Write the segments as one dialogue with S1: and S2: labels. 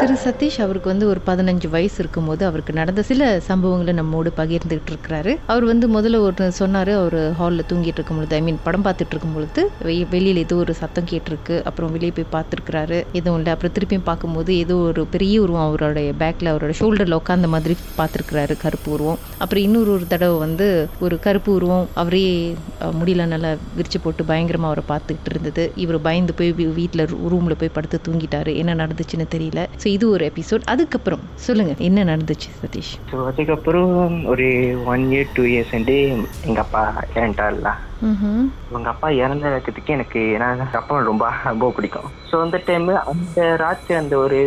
S1: திரு சதீஷ் அவருக்கு வந்து ஒரு பதினஞ்சு வயசு இருக்கும்போது அவருக்கு நடந்த சில சம்பவங்களை நம்மோடு பகிர்ந்துகிட்டு இருக்கிறாரு அவர் வந்து முதல்ல ஒரு சொன்னாரு அவர் ஹாலில் தூங்கிட்டு இருக்கும் பொழுது ஐ மீன் படம் பார்த்துட்டு இருக்கும் பொழுது வெ- வெளியில ஏதோ ஒரு சத்தம் கேட்டிருக்கு அப்புறம் வெளியே போய் பார்த்துருக்கிறாரு எதுவும் இல்லை அப்புறம் திருப்பியும் பார்க்கும்போது ஏதோ ஒரு பெரிய உருவம் அவருடைய பேக்ல அவரோட ஷோல்டர்ல உட்காந்த மாதிரி பார்த்துருக்கிறாரு கருப்பு உருவம் அப்புறம் இன்னொரு ஒரு தடவை வந்து ஒரு கருப்பு உருவம் அவரே அஹ், முடியல நல்லா விரிச்சு போட்டு பயங்கரமா அவரை பார்த்துக்கிட்டு இருந்தது இவர் பயந்து போய் வீட்டில் ரூம்ல போய் படுத்து தூங்கிட்டாரு என்ன நடந்துச்சுன்னு தெரியல ஸோ இது ஒரு எபிசோட் அதுக்கப்புறம் சொல்லுங்க என்ன நடந்துச்சு சதீஷ்
S2: ஸோ அதுக்கப்புறம் ஒரு ஒன் இயர் டூ இயர்ஸ் வந்து எங்கள் அப்பா இறந்துட்டார்ல
S1: ம்
S2: எங்கள் அப்பா இறந்த இடத்துக்கு எனக்கு நான் எங்க அப்பா ரொம்ப ரொம்ப பிடிக்கும் ஸோ அந்த டைம் அந்த ராத்திரி அந்த ஒரு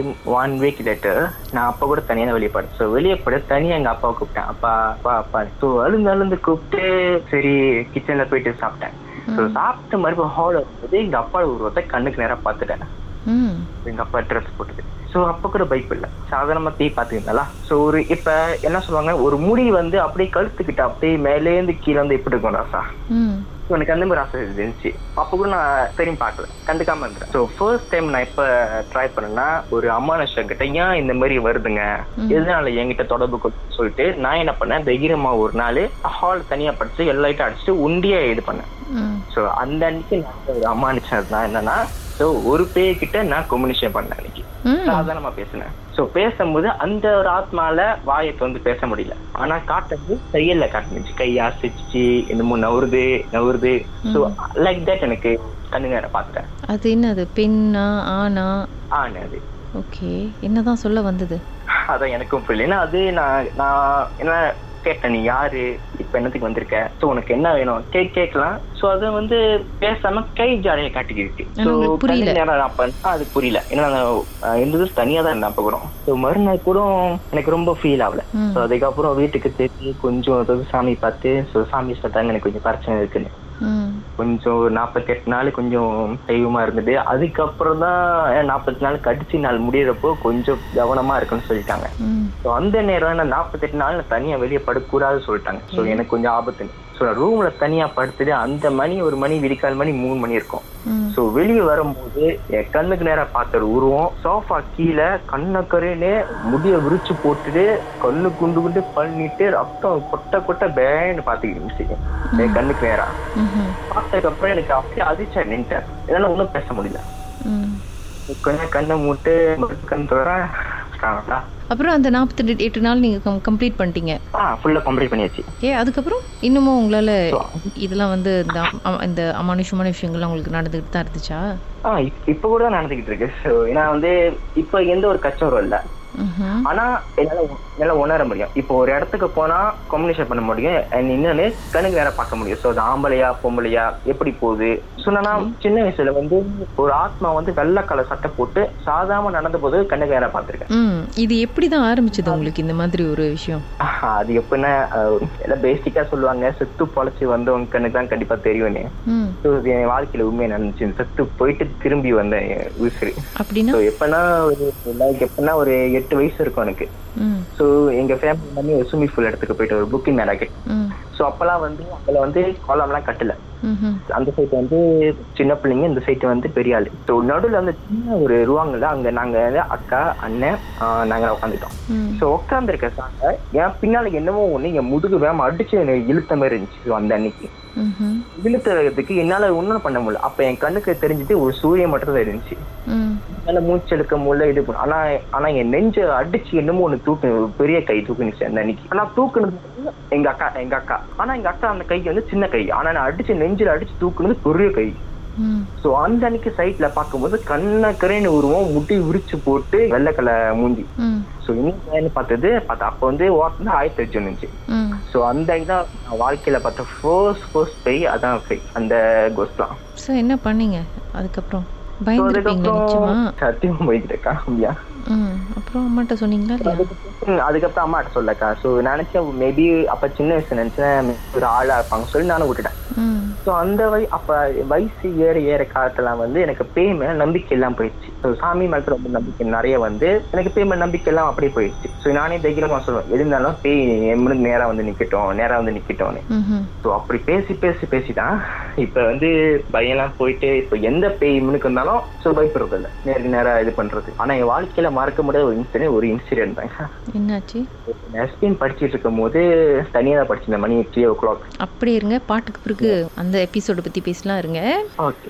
S2: ஒன் வீக் லேட்டர் நான் அப்பா கூட தனியாக வெளியே படுத்தேன் ஸோ வெளியே படுத்து தனியாக எங்கள் அப்பாவை கூப்பிட்டேன் அப்பா அப்பா அப்பா ஸோ அழுந்து அழுந்து கூப்பிட்டு சரி கிச்சனில் போயிட்டு சாப்பிட்டேன் ஸோ சாப்பிட்டு மறுபடியும் ஹால் வரும்போது எங்கள் அப்பா உருவத்தை கண்ணுக்கு நேராக பார்த்துட்டேன்
S1: ம்
S2: எங்க அப்பா ட்ரெஸ் போட்டது ஸோ அப்போ கூட பைப் இல்லை சாதாரணமா தீ பார்த்துக்கிங்களா ஸோ ஒரு இப்போ என்ன சொல்லுவாங்க ஒரு முடி வந்து அப்படியே கழுத்துக்கிட்ட அப்படியே மேலேந்து கீழே வந்து இப்படி இருக்கும் ராசா
S1: ம்
S2: So, எனக்கு அந்த மாதிரி ஆசை இருந்துச்சு அப்போ கூட நான் தெரியும் பார்க்கல கண்டுக்காம இருந்தேன் ஸோ ஃபர்ஸ்ட் டைம் நான் இப்போ ட்ரை பண்ணேன்னா ஒரு அம்மானுஷ கிட்ட ஏன் இந்த மாதிரி வருதுங்க
S1: ம்.
S2: எதனால என்கிட்ட தொடர்பு கொண்டு சொல்லிட்டு நான் என்ன பண்ணேன் தைரியமா ஒரு நாள் ஹால் தனியா படிச்சு எல்லா லைட்டும் அடிச்சுட்டு உண்டியா இது பண்ணேன்
S1: ம்
S2: ஸோ அந்த அன்னைக்கு நான் ஒரு அம்மானுஷன் தான் என்னன்னா ஸோ ஒரு பேய்கிட்ட நான் கம்யூனிகேஷன் பண்ணேன் அன்னைக்கு
S1: ம்
S2: சாதாரணமா பேசினேன் சோ பேசும்போது அந்த ஒரு ஆத்மால வாயை வந்து பேச முடியல ஆனா காட்டுறது தையல்ல காட்டுனுச்சு கையா சிரிச்சு என்னமோ நவுருது நவுருது சோ லைக் தட் எனக்கு கண்ணு நேரம் பார்த்துட்டேன்
S1: அது என்னது பெண்ணா ஆனா
S2: ஆனா அது
S1: ஓகே என்னதான் சொல்ல வந்தது
S2: அதான் எனக்கும் புரியல ஏன்னா அது நான் நான் என்ன கேட்டேன் நீ யாரு இப்ப என்னத்துக்கு வந்திருக்க சோ உனக்கு என்ன வேணும் கே கேட்கலாம் சோ அது வந்து பேசாம கை ஜாடையை காட்டிக்கிருக்கு
S1: ஆனா
S2: So,
S1: உங்களுக்கு புரியல.
S2: கண்ணு நேரா நான் பண்- ஆ, அது புரியல ஏன்னா நான் அஹ், இருந்தது தனியா தான் இருந்தேன் அப்ப கூட ஸோ மறுநாள் கூட எனக்கு ரொம்ப ஃபீல் ஆகல
S1: ம்
S2: ஸோ அதுக்கப்புறம் வீட்டுக்கு திரும்பி கொஞ்சம் ஏதாவது சாமி பார்த்து ஸோ சாமி சொல்லிட்டாங்க எனக்கு கொஞ்சம் பிரச்சனை இருக்குன்னு
S1: ம்
S2: கொஞ்சம் நாற்பத்தெட்டு நாள் கொஞ்சம் தெய்வமா இருந்தது அதுக்கப்புறம் தான் நாற்பத்தி நாள் கடிச்சு நாள் முடியிறப்போ கொஞ்சம் கவனமா இருக்குன்னு சொல்லிட்டாங்க
S1: ம்
S2: ஸோ அந்த நேரம் நான் நாற்பத்தெட்டு நாள் நான் தனியா வெளியே படக்கூடாது சொல்லிட்டாங்க ஸோ எனக்கு கொஞ்சம் ஆபத்துன்னு ஸோ நான் ரூம்ல தனியா படுத்துட்டு அந்த மணி ஒரு மணி விடிக்கால் மணி மூணு மணி இருக்கும்
S1: ம்
S2: ஸோ வெளியே வரும்போது என் கண்ணுக்கு நேரா பார்த்த ஒரு உருவம் சோஃபா கீழே கண்ணக்கரைன்னு முடிய விரிச்சு போட்டுட்டு கண்ணு குண்டு குண்டு பண்ணிட்டு ரத்தம் கொட்ட கொட்ட பேன்னு பார்த்துக்கிட்டு இருந்துச்சு என் கண்ணுக்கு நேரா
S1: ம்ஹும்.
S2: பார்த்ததுக்கப்புறம் எனக்கு அப்படியே அதிர்ச்சி நின்ட்டேன் என்னால ஒன்றும் பேச முடியல
S1: ம்
S2: கொஞ்சம் கண்ணை மூட்டு மறுபடியும் கண் தோறேன்
S1: அப்புறம் அந்த நாற்பத்தி எட்டு நாள் நீங்கள் கம்ப்ளீட் பண்ணிட்டீங்க
S2: ஆ ஃபுல்லாக கம்ப்ளீட் பண்ணியாச்சு
S1: ஏ அதுக்கப்புறம் இன்னமும் உங்களால்
S2: So,
S1: இதெல்லாம் வந்து இந்த அம்- அம்- இந்த அமானுஷமான விஷயங்கள்லாம் உங்களுக்கு நடந்துகிட்டு தான் இருந்துச்சா
S2: ஆ இப்- இப்போ கூட நடந்துகிட்டு இருக்கு ஸோ ஏன்னா வந்து இப்போ எந்த ஒரு கச்சவரம் இல்லை
S1: ம்ஹும்.
S2: ஆனா என்னால என்னால உணர முடியும் இப்போ ஒரு இடத்துக்கு போனா கம்யூனிகேஷன் பண்ண முடியும் and இன்னொன்னு கண்ணுக்கு வேற பார்க்க முடியும் ஸோ அது ஆம்பளையா பொம்பளையா எப்படி போகுது சொன்னா சின்ன வயசுல வந்து ஒரு ஆத்மா வந்து வெள்ளை கலர் சட்டை போட்டு சாதாரண நடந்த போது கண்ணுக்கு வேற பார்த்திருக்கேன்
S1: ம் இது எப்படி தான் ஆரம்பிச்சது உங்களுக்கு இந்த மாதிரி ஒரு விஷயம்
S2: ஆஹா, அது எப்படின்னா அஹ், எல்லாம் பேசிக்கா சொல்லுவாங்க செத்து பொழைச்சு வந்தவங்க கண்ணுக்கு தான் கண்டிப்பா தெரியும்னு
S1: ம்
S2: ஸோ இது என் வாழ்க்கையில உண்மையை நடந்துச்சு செத்து போயிட்டு திரும்பி வந்தேன் என் உசுறு
S1: அப்படின்னா
S2: ஸோ எப்பன்னா ஒரு like எப்பன்னா ஒரு எட்டு வயசு இருக்கும் எனக்கு
S1: ம்
S2: ஸோ எங்க ஃபேமிலி எல்லாமே ஒரு ஸ்விம்மிங் பூல் இடத்துக்கு போயிட்டு ஒரு புக்கிங் மேலாக்கெட்
S1: ம்
S2: ஸோ அப்பெல்லாம் வந்து அதில் வந்து கோலம்லாம் கட்டல
S1: ம்ஹும்.
S2: அந்த சைடு வந்து சின்ன பிள்ளைங்க இந்த சைடு வந்து பெரிய ஆளு ஸோ நடுவில் வந்து சின்ன ஒரு ரூவாங்கல அங்கே நாங்கள் அக்கா அண்ணன் நாங்கள் உட்காந்துட்டோம்
S1: ம்
S2: ஸோ உட்காந்துருக்க சாங்க என் பின்னால என்னமோ ஒன்று என் முதுகு வேகம் அடிச்சு என்னை இழுத்த மாதிரி இருந்துச்சு so அந்த அன்னைக்கு
S1: ம்ஹும்.
S2: இழுத்ததுக்கு என்னால் ஒன்றும் பண்ண முடியல அப்போ என் கண்ணுக்கு தெரிஞ்சுட்டு ஒரு சூரியன் மட்டும் தான் இருந்துச்சு
S1: ம்
S2: என்னால் மூச்சு எடுக்க முடியல இது பண்ண ஆனால் ஆனால் என் நெஞ்சை அடிச்சு என்னமோ ஒன்று தூக்கு ஒரு பெரிய கை தூக்குனுச்சு அந்த அன்னைக்கு ஆனால் தூக்குனது வந்து எங்க அக்கா எங்க அக்கா ஆனால் எங்க அக்கா அந்த கை வந்து சின்ன கை ஆனால் நான் அடிச்சு நெஞ்சில் அடிச்சு தூக்குனது பெரிய கை
S1: ம்
S2: ஸோ அந்த அன்னைக்கு சைட்ல பார்க்கும்போது கண்ணக்கரைன்னு உருவம் முட்டி விரிச்சு போட்டு வெள்ளை கலர் மூஞ்சி
S1: ம்
S2: ஸோ இன்னும் பார்த்தது பார்த்தா அப்போ வந்து ஓட்டுனா ஆயிரத்தி அஞ்சு இருந்துச்சு
S1: ம்
S2: ஸோ அந்த இதுதான் நான் வாழ்க்கையில பார்த்த ஃபர்ஸ்ட் ஃபர்ஸ்ட் பை அதான் பை அந்த கோஸ்ட் தான்
S1: ஸோ என்ன பண்ணீங்க அதுக்கப்புறம்
S2: ஸோ
S1: பயந்துருப்பீங்களா நிச்சயமா
S2: அதுக்கப்புறம் சத்தியமா போய்கிட்டேக்கா அப்படியா
S1: ம் அப்புறம் அம்மாட்ட சொன்னீங்களா இல்லையா
S2: ம், அதுக்கப்புறம் அம்மா கிட்ட சொல்லக்கா ஸோ நினைச்சேன் மேபி அப்ப சின்ன வயசு நினைச்சேன் ஒரு ஆளா இருப்பாங்க சொல்லி நானும் விட்டுட்டேன்
S1: ம்
S2: ஸோ அந்த வய அப்போ வயசு ஏற ஏற காலத்துலாம் வந்து எனக்கு பேய் மேலே நம்பிக்கை எல்லாம் போயிடுச்சு ஸோ சாமி மேலே ரொம்ப நம்பிக்கை நிறைய வந்து எனக்கு பேய் மேலே நம்பிக்கை எல்லாம் அப்படியே போயிடுச்சு ஸோ நானே தைரியமாக சொல்லுவேன் இருந்தாலும் பேய் எம்மனு நேராக வந்து நிற்கட்டும் நேராக வந்து நிற்கட்டும்னு
S1: ம்ஹும்.
S2: ஸோ அப்படி பேசி பேசி பேசி தான் இப்போ வந்து பயம்லாம் போயிட்டு இப்போ எந்த பேய் முனுக்கு இருந்தாலும் ஸோ பயப்படுறதில்ல நேருக்கு நேராக இது பண்ணுறது ஆனால் என் வாழ்க்கையில் மறக்க முடியாத ஒரு இன்சிடென்ட் ஒரு இன்சிடென்ட் தான்
S1: என்னாச்சு
S2: எஸ்பின் படிச்சுட்டு இருக்கும்போது தனியாக தான் படிச்சிருந்தேன் மணி த்ரீ ஓ கிளாக்
S1: அப்படி இருங்க பாட்டுக்கு பிறகு அந்த எபிசோட பத்தி பேசலாம் இருங்க
S2: ஓகே